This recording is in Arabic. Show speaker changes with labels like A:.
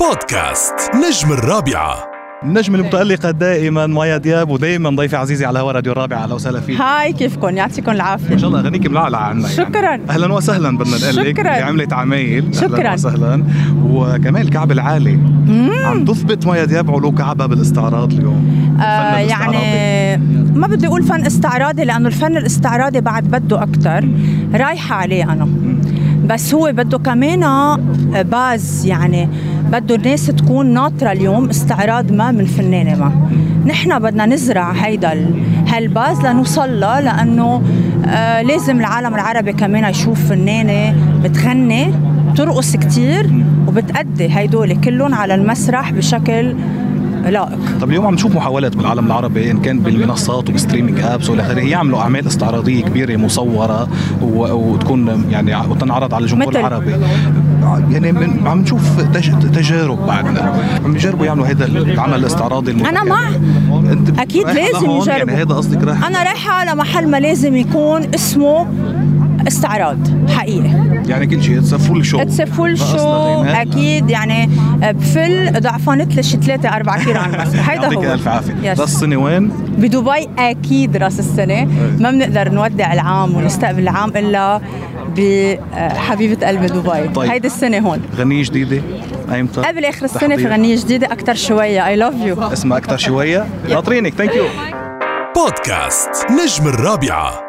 A: بودكاست نجم الرابعة
B: النجمة المتألقة دائما مايا دياب ودائما ضيفة عزيزة على هوا راديو الرابعة أهلا وسهلا فيك
C: هاي كيفكم يعطيكم العافية
B: ان شاء الله اغانيك ملعلعه عنا
C: شكراً.
B: يعني. اهلا وسهلا بدنا نقول لك
C: شكراً.
B: اللي عملت عمايل اهلا
C: شكراً.
B: وسهلا وكمان الكعب العالي عم تثبت مايا دياب علو كعبها بالاستعراض اليوم
C: آه
B: الفن الاستعراضي.
C: يعني ما بدي أقول فن استعراضي لأنه الفن الاستعراضي بعد بده أكتر رايحة عليه أنا بس هو بده كمان آه، باز يعني بده الناس تكون ناطرة اليوم استعراض ما من فنانة ما نحن بدنا نزرع هيدا ال- هالباز لنوصل له لأنه آه لازم العالم العربي كمان يشوف فنانة بتغني بترقص كتير وبتأدي هيدول كلهم على المسرح بشكل لائق
B: طب اليوم عم نشوف محاولات بالعالم العربي ان كان بالمنصات وبستريمينج ابس والى اخره يعملوا اعمال استعراضيه كبيره مصوره و... وتكون يعني ع- وتنعرض على الجمهور
C: مثل؟
B: العربي ع- يعني من... عم نشوف تج... تجارب بعدنا عم يجربوا يعملوا هذا العمل الاستعراضي المتكرر.
C: أنا مع.
B: انت
C: أكيد
B: رايحة
C: لازم
B: لهون؟ يعني
C: يجربوا.
B: هذا قصدك راح
C: انا رايحه على محل ما لازم يكون اسمه استعراض حقيقه
B: يعني كل شيء اتس فول شو
C: اتس فول شو اكيد يعني بفل ضعفان لي شي 3 4 كيلو عن المسرح هيدا
B: يعطيك
C: هو
B: الف عافيه
C: يس.
B: بس السنه وين؟
C: بدبي اكيد راس السنه ما بنقدر نودع العام ونستقبل العام الا بحبيبه قلب دبي
B: طيب.
C: هيدي السنه هون
B: غنيه جديده ايمتى؟
C: قبل اخر السنه في
B: تحضير.
C: غنيه جديده اكثر شويه اي لاف يو
B: اسمها اكثر شويه ناطرينك ثانك يو
A: بودكاست نجم الرابعة